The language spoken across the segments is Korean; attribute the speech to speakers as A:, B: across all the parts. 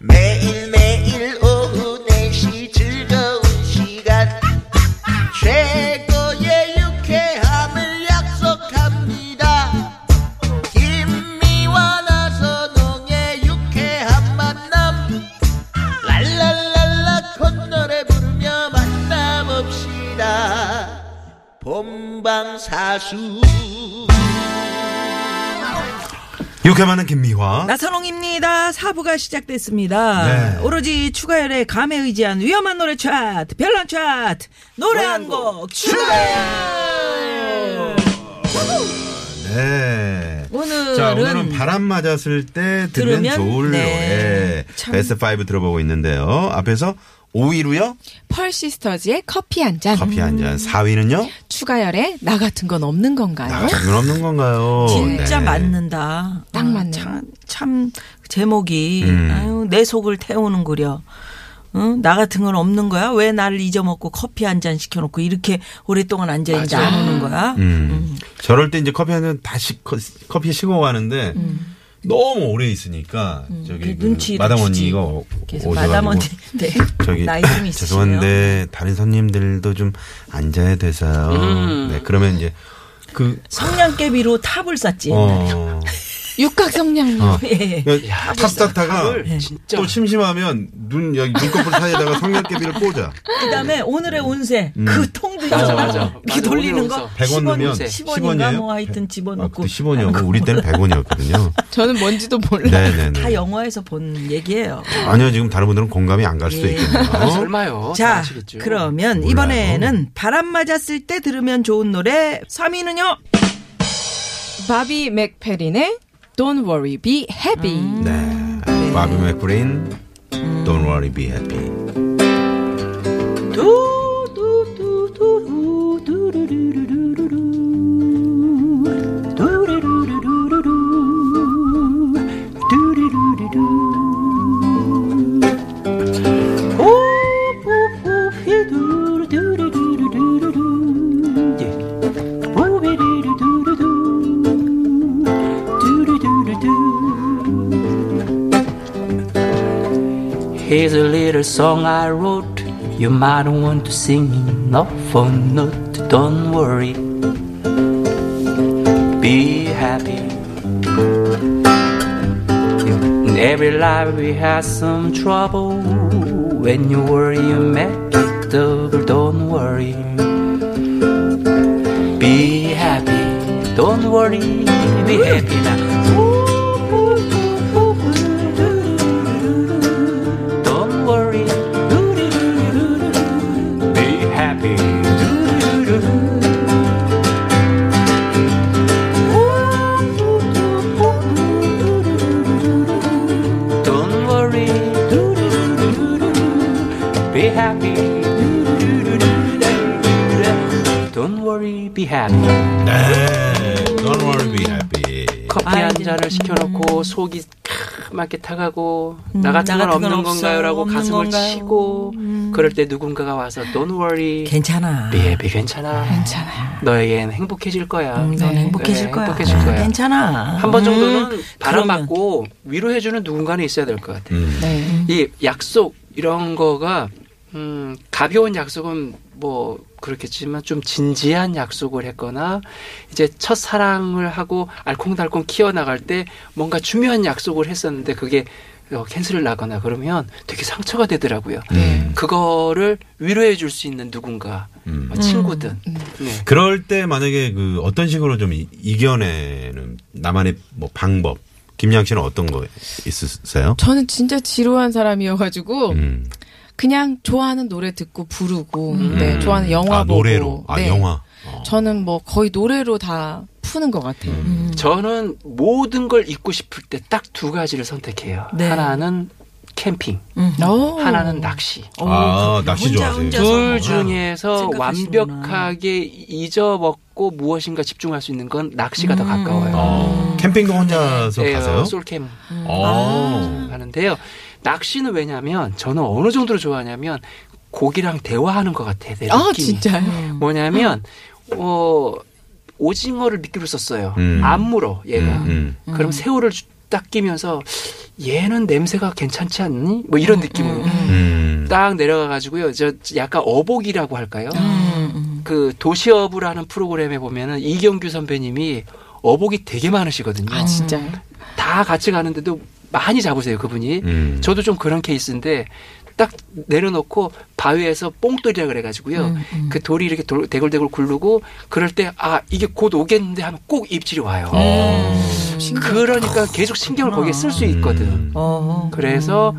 A: 매일매일 오후 4시 즐거운 시간 최고의 유쾌함을 약속합니다 김미와 나선홍의 유쾌한 만남 랄랄랄라 콧노래 부르며 만나봅시다 본방사수
B: 육회 만난 김미화.
C: 나선홍입니다. 사부가 시작됐습니다.
B: 네.
C: 오로지 추가열의 감에 의지한 위험한 노래 차트, 별난 차트, 노래 한 곡 추가!
B: 네.
C: 오늘은
B: 자, 오늘은 바람 맞았을 때 들으면,
C: 들으면?
B: 좋을
C: 네.
B: 노래.
C: 참.
B: 베스트 5 들어보고 있는데요. 앞에서 5위로요.
D: 펄시스터즈의 커피 한 잔.
B: 커피 한 잔. 4위는요.
D: 추가열의 나 같은 건 없는 건가요?
B: 나 같은 건 없는 건가요?
C: 아. 진짜
B: 네.
C: 맞는다.
D: 딱
C: 아,
D: 맞네요.
C: 참, 참 제목이
B: 음.
C: 아유, 내 속을 태우는구려. 응? 나 같은 건 없는 거야? 왜 나를 잊어먹고 커피 한 잔 시켜놓고 이렇게 오랫동안 앉아있는지 안 오는 거야?
B: 음. 저럴 때 이제 커피 한 잔 다시 커- 커피에 식어 가는데 너무 오래 있으니까 저기 그
C: 음. 그 눈치도
B: 마담
C: 주지.
B: 언니가 오-
C: 계속
B: 오셔가지고
C: 마담 언니, 네.
B: 저기
C: 나이 좀 있으시네요.
B: 죄송한데 다른 손님들도 좀 앉아야 돼서요.
C: 음.
B: 네, 그러면 이제 그
C: 성냥개비로 탑을 쌌지.
B: 어.
D: 육각성냥.
B: 어.
C: 예.
B: 야, 탑스타타가 예. 또 심심하면 눈 여기 눈꺼풀 사이에다가 성냥개비를 꽂아.
C: 그다음에 오늘의 운세 그 통도 있잖아. 이렇게 돌리는 거
B: 100원 넣으면
C: 10원인가
B: 10원이에요?
C: 뭐 하여튼
B: 아,
C: 집어넣고 그러니까
B: 그때 10원이었고 우리 때는 100원이었거든요.
D: 저는 뭔지도 몰라. 요
B: 네네네.
C: 다 영화에서 본 얘기예요.
B: 아니요 지금 다른 분들은 공감이 안 갈 수도 있겠네요.
E: 얼마요? 어, 다
C: 자,
E: 아시겠죠?
C: 그러면 이번에는 바람 맞았을 때 들으면 좋은 노래 3위는요.
B: 네.
D: 바비 맥페린의 Don't worry, be happy.
E: 음.
B: 네. 바비 맥브린 Don't worry be happy.
C: 두두두두루두루루루루루. 두루루루루루루. 두루루루루. 오푸푸피두 두루루루루루. 오비리루두루두. 두루두루두.
E: Here's a little song I wrote. You might want to sing it note for note. Don't worry. Be happy. In every life we have some trouble. When you worry, you make it double. Don't worry. Be happy. Don't worry. Be happy now. Don't worry. Be happy. Don't worry. Be happy. Don't worry. Be happy.
B: 네. Don't worry be happy.
E: 커피
C: 아,
E: 한
C: 이제- 음.
E: 잔을 시켜놓고 속이 크맣게 타가고 나 같은
C: 나
E: 건
C: 같은 건
E: 없는
C: 없어.
E: 건가요라고
C: 없는
E: 가슴을
C: 건가요? 음.
E: 치고 그럴 때 누군가가 와서 Don't worry,
C: 괜찮아.
E: baby 괜찮아.
D: 괜찮아요.
E: 너에겐 행복해질 거야.
C: 음, 넌
D: 네.
C: 행복해질
E: 예. 네,
C: 거야.
E: 행복해질 거야.
C: 괜찮아.
E: 한 번 정도는
C: 음,
E: 바람
C: 그러면.
E: 맞고 위로해주는 누군가는 있어야 될 것 같아. 요
B: 음.
D: 네.
E: 이 약속 이런 거가 음, 가벼운 약속은 뭐 그렇겠지만 좀 진지한 약속을 했거나 이제 첫 사랑을 하고 알콩달콩 키워나갈 때 뭔가 중요한 약속을 했었는데 그게 어, 캔슬을 나거나 그러면 되게 상처가 되더라고요.
C: 네.
B: 음.
E: 그거를 위로해 줄 수 있는 누군가
B: 음.
E: 뭐 친구든 네.
B: 그럴 때 만약에 그 어떤 식으로 좀 이- 이겨내는 나만의 뭐 방법 김양 씨는 어떤 거 있으세요?
D: 저는 진짜 지루한 사람이어가지고
B: 음.
D: 그냥 좋아하는 노래 듣고 부르고,
E: 음.
D: 네, 좋아하는 영화
B: 아,
D: 보고.
B: 노래로 아
D: 네.
B: 영화 어.
D: 저는 뭐 거의 노래로 다 푸는 것 같아요.
B: 음.
C: 음.
E: 저는 모든 걸 잊고 싶을 때 딱 두 가지를 선택해요.
C: 네.
E: 하나는 캠핑,
D: 음. 오.
E: 하나는 낚시.
C: 어,
B: 아 낚시
C: 혼자,
B: 좋아하세요?
C: 혼자.
E: 둘
C: 생각하시는구나.
E: 중에서
C: 생각하시는구나.
E: 완벽하게 잊어먹고 무엇인가 집중할 수 있는 건 낚시가
C: 음.
E: 더 가까워요.
B: 어, 캠핑도 혼자서
E: 네,
B: 가세요?
E: 어, 아. 솔캠
B: 어.
E: 하는데요. 낚시는 왜냐면 저는 어느 정도로 좋아하냐면 고기랑 대화하는 것 같아요. 내
D: 아,
B: 음.
E: 느낌이.
D: 진짜요?
E: 뭐냐면 어 오징어를 미끼로 썼어요.
B: 음.
E: 안 물어 얘가.
B: 음,
E: 그럼 새우를 주- 딱 끼면서 얘는 냄새가 괜찮지 않니? 뭐 이런 느낌으로
B: 음.
E: 딱 내려가 가지고요. 저 약간 어복이라고 할까요?
D: 음.
E: 그 도시어부를 하는 프로그램에 보면은 이경규 선배님이 어복이 되게 많으시거든요.
D: 아 진짜요?
E: 다 같이 가는데도 많이 잡으세요 그분이.
B: 음.
E: 저도 좀 그런 케이스인데 딱 내려놓고 바위에서 뽕돌이라 그래가지고요.
D: 음,
E: 그 돌이 이렇게 돌- 대굴대굴 굴르고 그럴 때 아 이게 곧 오겠는데 하면 꼭 입질이 와요. 그러니까 계속 신경을 거기에 쓸 수 있거든.
B: 어. 음.
C: 어.
E: 그래서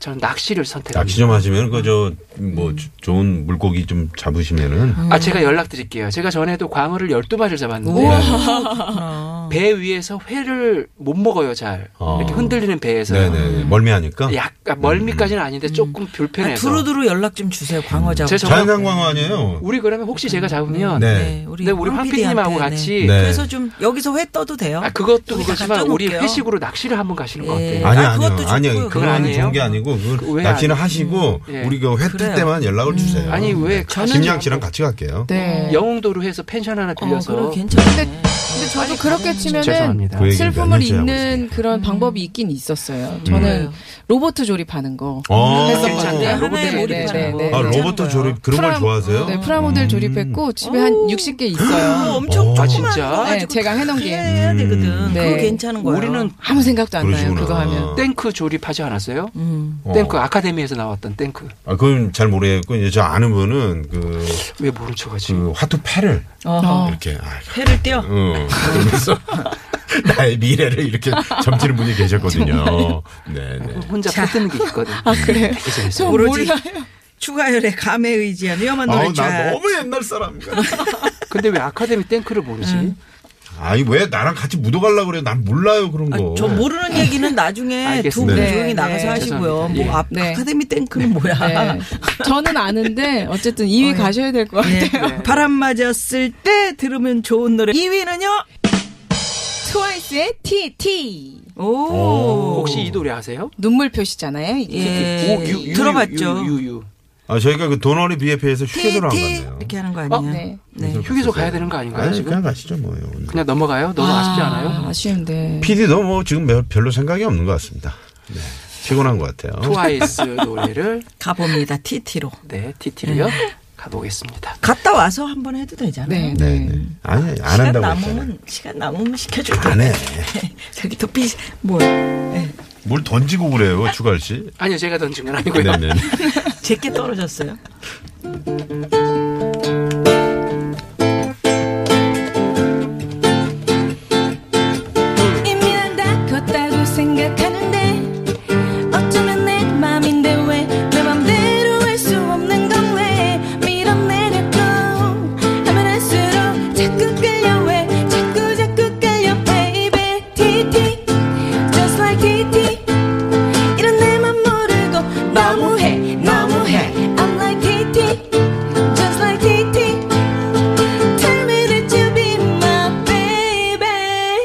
E: 저는 낚시를
B: 낚시
E: 선택합니다.
B: 좀 하시면 그저뭐 좋은 물고기 좀 잡으시면은
E: 아 제가 연락드릴게요. 제가 전에도 광어를 12마리를 잡았는데 배 위에서 회를 못 먹어요 잘.
B: 어.
E: 이렇게 흔들리는 배에서
B: 네네 음. 멀미하니까
E: 약간 멀미까지는 아닌데 조금
C: 아,
E: 불편해서.
C: 두루두루 연락 좀 주세요. 광어자.
E: 제 정말
B: 자연광 광어 아니에요?
E: 우리 그러면 혹시 제가 잡으면
B: 네.
C: 우리
E: 근데 우리 황 PD님하고
C: PD한테,
E: 같이
B: 네.
C: 그래서 좀 여기서 회 떠도 돼요.
E: 아, 그것도
C: 우리
E: 그렇지만
C: 잠깐
E: 우리
C: 떠볼게요.
E: 회식으로 낚시를 한번 가시는 거
C: 예.
E: 어때요?
B: 아니
C: 아,
B: 아니요
C: 그것도 좋고요.
B: 아니요
C: 그건
B: 그건
E: 아니에요?
B: 좋은 게 아니고
E: 그
B: 그
E: 왜
B: 낚시는
E: 아니-
B: 하시고
E: 예.
B: 우리 그 회 뜰
C: 그래요.
B: 때만 연락을 주세요.
E: 아니, 왜 가시냐고.
B: 네. 김양 씨랑 같이 갈게요.
E: 음.
D: 네.
E: 영웅도로 해서 펜션 하나
C: 어,
E: 빌려서
C: 그래, 괜찮네.
D: 근데- 근데 저도
E: 음.
D: 그렇게 치면은
E: 죄송합니다.
B: 그 얘기를
D: 슬픔을
B: 몇 년째 하고
D: 잊는 그런 방법이 있긴 있었어요. 저는
C: 음.
D: 로봇 조립하는 거.
B: 어.
D: 했었거든요.
E: 괜찮네요. 로봇
C: 하나에
E: 때문에.
C: 몰입하는
D: 네, 네,
C: 거.
D: 네.
B: 아 로버트 조립 그런 걸
D: 프라-
B: 좋아하세요?
D: 네, 프라모델
B: 음.
D: 조립했고 집에 한 60개
C: 어,
D: 있어요.
C: 엄청
B: 아,
C: 조그만
E: 진짜?
C: 거 가지고 음.
D: 네, 제가 해놓은 게.
C: 해야 되거든.
D: 네.
C: 그거 괜찮은 거예요.
E: 우리는
D: 아무 생각도 안 나요.
B: 그러시구나.
D: 그거 하면.
E: 땡크 조립하지 않았어요?
C: 음.
B: 어.
E: 땡크 아카데미에서 나왔던 땡크
B: 아, 그건 잘 모르겠고 이제 저 아는 분은 그,
E: 왜 모른 척하지?
B: 그 화투 패를
C: 음. 어허.
B: 이렇게 아,
C: 회를 떼어.
B: 응. 그래서 나의 미래를 이렇게 점치는 분이 계셨거든요. 네, 네.
E: 어, 혼자 패드는 게 있거든.
D: 아 그래요? 저
C: 모르지.
D: 몰라요.
C: 추가열의 감에 의지한 위험한
B: 아우,
C: 노래
B: 나
C: 쫙.
B: 너무 옛날 사람이야.
E: 근데 왜 아카데미 땡크를 모르지?
C: 음.
B: 아니, 왜 나랑 같이 묻어가려고 그래요? 난 몰라요, 그런
C: 아,
B: 거.
C: 저 모르는 얘기는 나중에 두
E: 알겠습니다.
C: 분
D: 네,
C: 조용히
D: 네.
C: 나가서 하시고요.
E: 죄송합니다. 예.
C: 뭐, 아,
D: 네.
C: 아카데미 땡크는 뭐야.
D: 네. 저는 아는데 어쨌든 2위 가셔야 될 것
C: 네.
D: 같아요.
C: 바람 맞았을 때 들으면 좋은 노래. 2위는요?
D: 트와이스의 TT
C: 오.
E: 혹시 이 노래 아세요?
D: 눈물 표시잖아요. 이게
C: 예.
E: 오, 유, 유,
C: 들어봤죠.
E: 유, 유, 유.
B: 아, 저희가 그 도널의 비에피해서 휴게소를 안
C: TT
B: 갔네요.
C: 이렇게 하는 거
E: 어?
C: 아니에요?
D: 네.
C: 네.
E: 휴게소 가야 되는 거 아닌가요,
B: 아니,
E: 지금?
B: 그냥 가시죠, 뭐. 오늘.
E: 그냥 넘어가요? 너무 아, 쉽지 않아요?
D: 아쉬운데.
B: PD도 뭐 지금 별- 별로 생각이 없는 것 같습니다. 네. 피곤한 것 같아요.
E: 트와이스 노래를
C: 가봅니다. TT로.
E: 네 TT로요 가보겠습니다.
C: 갔다 와서 한번 해도
D: 네.
C: 되잖아요.
B: 네, 네. 아니, 안
C: 시간
B: 한다고 했잖아요.
C: 남으면, 시간 남으면 시켜줄 때.
B: 안 해.
C: 저기 도피, 뭐야.
B: 뭘 던지고 그래요, 추가열 씨?
E: 아니요 제가 던진 건
B: 네,
E: 아니고요.
B: 네. 네.
C: 제게 떨어졌어요.
F: 이미 난다 컸다고 생각하는데 어쩌면 내 맘인데 왜 내 맘대로 할 수 없는 건 왜 밀어내려고 하면 할수록 자꾸 끌려 왜 자꾸 자꾸 끌려 baby TT just like TT 이런 내 맘 모르고 너무해 너무해 I'm like TT just like TT Tell me that you be my baby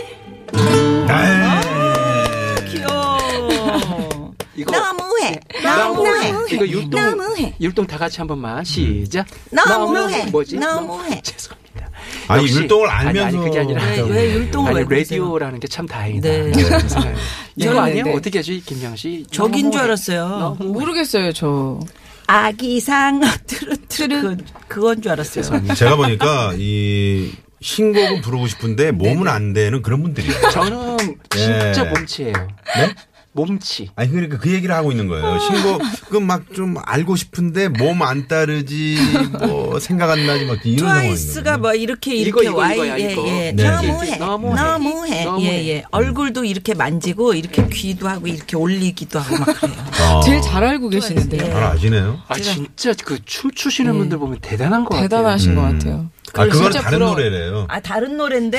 C: 귀여워.
E: 이거
F: 너무해.
E: 너무해.
F: 너무해.
E: 이거 율동
F: 너무해.
E: 율동 다 같이 한 번만 시작.
F: 너무해.
E: 뭐지?
F: 너무해.
E: 죄송합니다.
B: 아니,
E: 역시-
B: 율동을
E: 아니,
B: 알면서.
E: 아니 그게 아니라
C: 왜, 왜 율동을
E: 아니
C: 왜 그러세요?
E: 라디오라는 게 참 다행이다.
C: 네.
E: 저는 생각해요. 이거
D: 저는
E: 아니에요?
D: 네.
E: 어떻게 하지 김양 씨?
C: 저긴 줄
E: 너무해.
C: 알았어요.
D: 모르겠어요, 저.
C: 아기상 트르트르 그건, 그건 줄 알았어요.
B: 네. 제가 보니까 이 신곡은 부르고 싶은데 몸은 안 되는 그런 분들이에요.
E: 저는
B: 네.
E: 진짜 몸치예요.
B: 네?
E: 몸치.
B: 아니 그러니까 그 얘기를 하고 있는 거예요. 신곡은 막 좀 알고 싶은데 몸 안 따르지 뭐 생각 안 나지 막 이런 상황이 있는
C: 트와이스가
B: 거예요.
C: 뭐 이렇게
E: 이거,
C: 이렇게
E: 이거,
C: 와
E: 이거야,
C: 예,
E: 이거.
C: 예.
B: 네.
C: 너무해.
E: 너무해.
C: 너무해.
E: 너무해.
C: 예, 예. 얼굴도 이렇게 만지고 이렇게 귀도 하고 이렇게 올리기도 하고 막 그래요.
B: 아,
D: 제일 잘 알고 계시는데요.
B: 잘 아시네요.
E: 아 진짜 그 춤추시는 분들 보면 대단한 것 같아요.
D: 대단하신
B: 음.
D: 것 같아요.
B: 아 그건
D: 진짜
B: 다른
D: 부러워.
B: 노래래요.
C: 아 다른 노래인데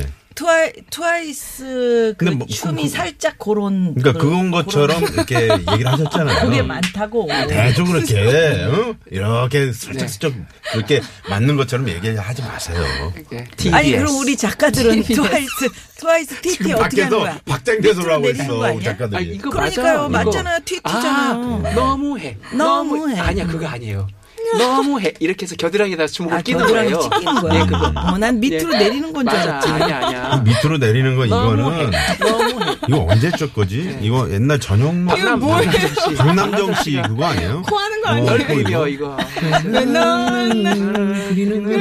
B: 예.
C: 트와이 트와이스 그
B: 근데 뭐,
C: 춤이
B: 그-
C: 살짝 그런
B: 그러니까 그건 것처럼 음. 네. 이렇게 얘기를 하셨잖아요.
C: 그게 많다고.
B: 대충 그렇게 응? 이렇게 슬쩍슬쩍 이렇게 맞는 것처럼 얘기하지 마세요.
E: 네.
C: 아니
E: TBS.
C: 그럼 우리 작가들은 트와이스 트와이스 TT
B: 지금
C: 어떻게
B: 밖에서
C: 하는 거야?
B: 박장대소를 하고
C: 밑으로 내리는
B: 있어
C: 거
B: 우리
C: 아니야?
E: 아,
B: 작가들이.
E: 이거
C: 그러니까요.
E: 맞아. 이거.
C: 맞잖아요. TT 잖아요.
E: 아, 너무해.
C: 너무해.
E: 아니야, 그거 아니에요. 너무해 이렇게 해서 겨드랑이에다 주먹을
C: 아,
E: 끼는
C: 겨드랑이
E: 거예요.
C: 찍히는 거야.
B: 네,
E: 예, 그거.
C: 어, 난 밑으로
E: 예.
C: 내리는 건 줄
E: 맞아.
C: 알았지.
E: 아니야, 아니야.
B: 밑으로 내리는 건 이거는
E: 너무해.
B: 이거 언제 쪽 거지?
D: 네.
B: 이거 옛날 전용만
E: 이거 뭐예요?
B: 강남정 씨 그거 아니에요?
D: 뭐
B: 어,
D: 코하는 거 아니에요?
E: 넓게 입혀 이거.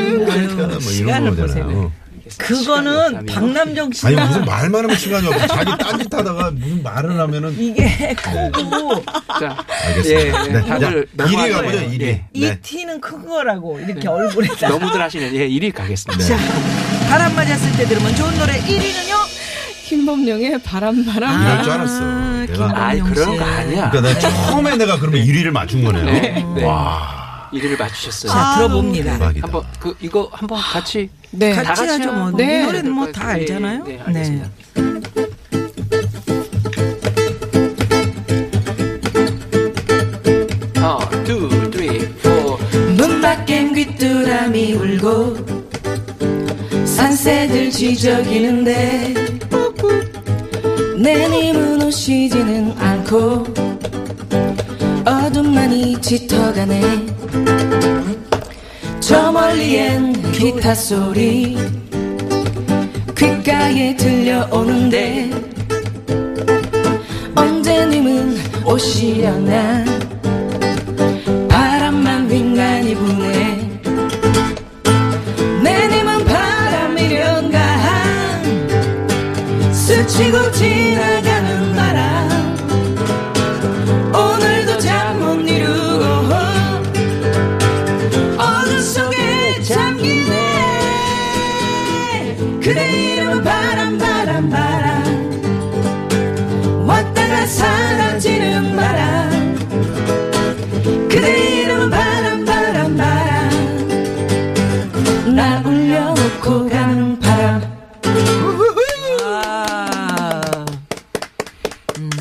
B: 뭐 이런 거잖아요.
C: 그거는 박남정
B: 아니
C: 씨가
B: 무슨 말만 하면 시간이 없고 자기 딴짓하다가 무슨 말을 하면은
C: 이게 코고
E: 자,
B: 알겠습니다.
E: 예, 예.
B: 네.
E: 다들
B: 자, 1위
E: 넘어가요.
B: 가보자
E: 예.
B: 1위. 네.
C: 이 티는 큰 거라고 이렇게 얼굴에다
E: 너무들 하시는 예, 1위 가겠습니다.
C: 자, 바람 맞았을 때 들으면 좋은 노래 1위는요?
D: 김범룡의 바람바람.
B: 이럴 줄 알았어. 내가
E: 아이 그런 거 아니야.
B: 그러니까 내가 처음에 내가 그러면 1위를 맞춘 거네요.
E: 네, 네.
B: 와
E: 1위를 맞추셨어요.
C: 자, 들어봅니다.
B: 대박이다.
E: 한번 그 이거 한번 같이
D: 네.
E: 다
C: 같이
E: 같이
C: 하죠 뭐.
E: 한번
D: 네.
C: 이 노래는 뭐 다
E: 예,
C: 알잖아요.
E: 네, 알겠습니다. 하나, 둘, 쓰리, 포.
F: 문 밖엔 귀뚜라미 울고 산새들 쥐저기는데 내님은 오시지는 않고 어둠만이 짙어가네 저 멀리엔 기타 소리 귓가에 들려오는데 언제님은 오시려나 바람만 빙간히 부네 내 님은 바람이련가 한 스치고 지나가는 바람 오늘도 잠 못 이루고 어둠 속에 잠기네 그대 이름은 바람 바람 바람 왔다가 사라지는 바람 그대 이름은 바람 바람 바람 나 울려놓고 가는 바람
C: 아,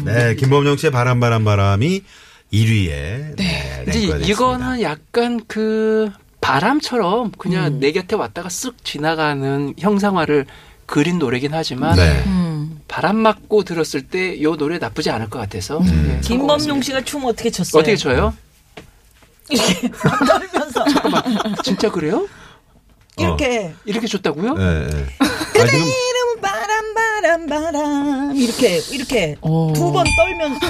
B: 네, 김범용 씨의 바람 바람 바람이 1위에 네.
E: 이제
B: 랭크가 됐습니다.
E: 이거는 약간 그 바람처럼 그냥
C: 음.
E: 내 곁에 왔다가 쓱 지나가는 형상화를 그린 노래긴 하지만
B: 네.
C: 음.
E: 바람 맞고 들었을 때 이 노래 나쁘지 않을 것 같아서
B: 음.
E: 예,
C: 김범용 씨가 춤 어떻게 췄어요?
E: 어떻게 쳐요?
C: 이렇게 밥 떨면서
E: 진짜 그래요?
B: 어.
C: 이렇게
E: 이렇게
D: 어?
E: 줬다고요?
B: 네, 네. 아, 지금
C: 이름 바람 바람 바람 이렇게 이렇게
D: 어.
C: 두 번 떨면서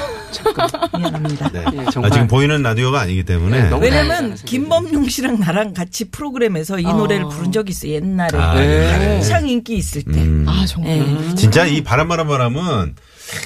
C: 미안합니다.
B: 네.
E: 예,
B: 아,
E: 정말.
B: 지금 보이는 라디오가 아니기 때문에
E: 네, 너무
C: 왜냐면 김범용 씨랑 나랑 같이 프로그램에서 이 노래를 부른 적이 있어 옛날에
B: 아, 네.
C: 한창 인기 있을 때.
D: 아 정말.
C: 예.
B: 진짜 이 바람 바람 바람은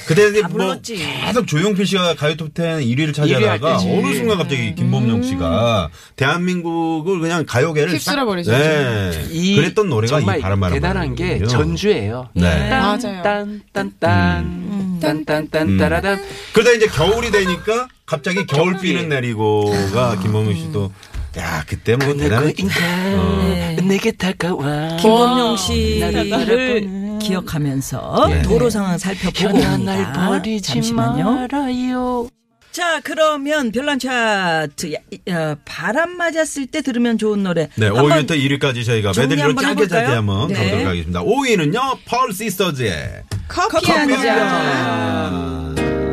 B: 그때
C: 다
B: 뭐
C: 불렀지.
B: 계속 조용필 씨가 가요톱텐 1위를 차지하다가
E: 1위 할 때지. 음.
B: 어느 순간 갑자기 김범용 씨가 대한민국을 그냥 가요계를
D: 휩쓸어
B: 싹-
D: 버리셨죠.
B: 네.
E: 이
B: 그랬던 노래가 이
E: 정말
B: 바람 바람
E: 대단한 게
B: 바람이거든요.
E: 전주예요.
B: 네.
D: 맞아요.
C: 음.
E: 딴딴딴딴
B: 음.
E: 딴딴딴 따라단
B: 그러다 이제 겨울이 되니까 갑자기 겨울비는
E: 아.
B: 내리고가 김범용 씨도 야 그때 뭐 대단한 어.
E: 그인가 내게 다가와
C: 김범용 씨를 기억하면서
B: 네.
C: 도로 상황 살펴보고
E: 현아 날
C: 옵니다.
E: 버리지
C: 잠시만요.
E: 말아요.
C: 자, 그러면 별난 차트 야, 이, 어, 바람 맞았을 때 들으면 좋은 노래.
B: 네,
C: 한번
B: 5위부터 1위까지 저희가
C: 정리
B: 메들리로
C: 한번
B: 짧게 짧게
C: 해볼까요?
B: 한번
C: 네.
B: 가보도록 하겠습니다. 5위는요, 펄 시스터즈의
D: 커피 한 잔.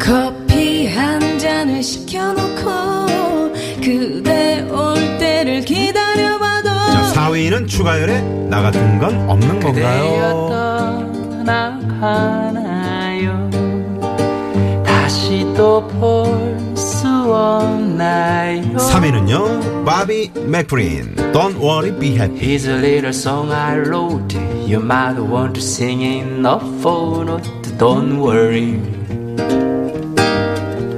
F: 커피 한 잔을 시켜놓고 그대 올 때를 기다려봐도
B: 자, 4위는 추가열의 나 같은 건 없는
E: 그대여
B: 건가요?
E: 떠나가나요 다시 또 볼 수 없나요
B: 3위는요, 바비 맥프린, Don't Worry Be Happy.
E: Here's a little song I wrote You might want to sing it Not for not Don't worry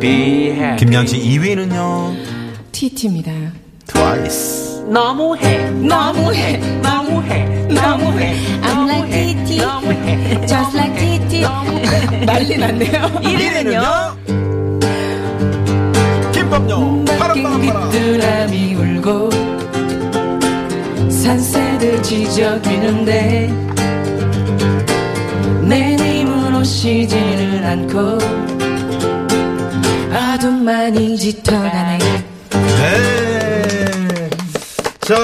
E: Be happy
B: 김양치 2위는요,
D: TT입니다.
B: 트와이스.
E: 너무해
F: 너무해
E: 너무해
F: 너무해. I'm like
E: 너무해,
F: TT.
E: 너무해
F: Just like TT
D: 난리 났네요.
C: 1위는요.
B: 김범용, 바람 바람
F: 밖엔
B: 바람.
F: 귀뚜라미 울고 산새들 지저귀는데 내 님은 오시지는 않고 어둠만이 짙어가네
B: 네. 자,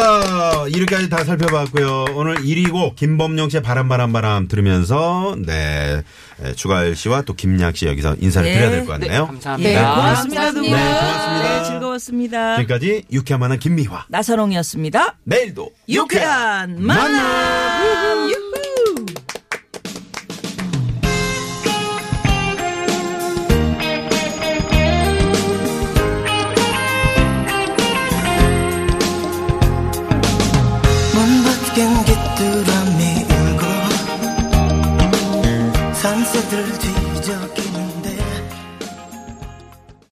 B: 이렇게까지 다 살펴봤고요. 오늘 1위고 김범용 씨의 바람바람바람 들으면서 네, 에, 추가열 씨와 또 김양 씨 여기서 인사를
C: 네.
B: 드려야 될 것
E: 네,
B: 같네요.
E: 감사합니다.
C: 예, 고맙습니다, 두 분.
D: 감사합니다. 네,
B: 고맙습니다.
C: 네, 즐거웠습니다.
B: 지금까지 유쾌한 만한 김미화.
C: 나선홍이었습니다.
B: 내일도
C: 유쾌한 만남! 유후!
G: 문 밖엔 귀뚜라미 울고 산새들 뒤적이는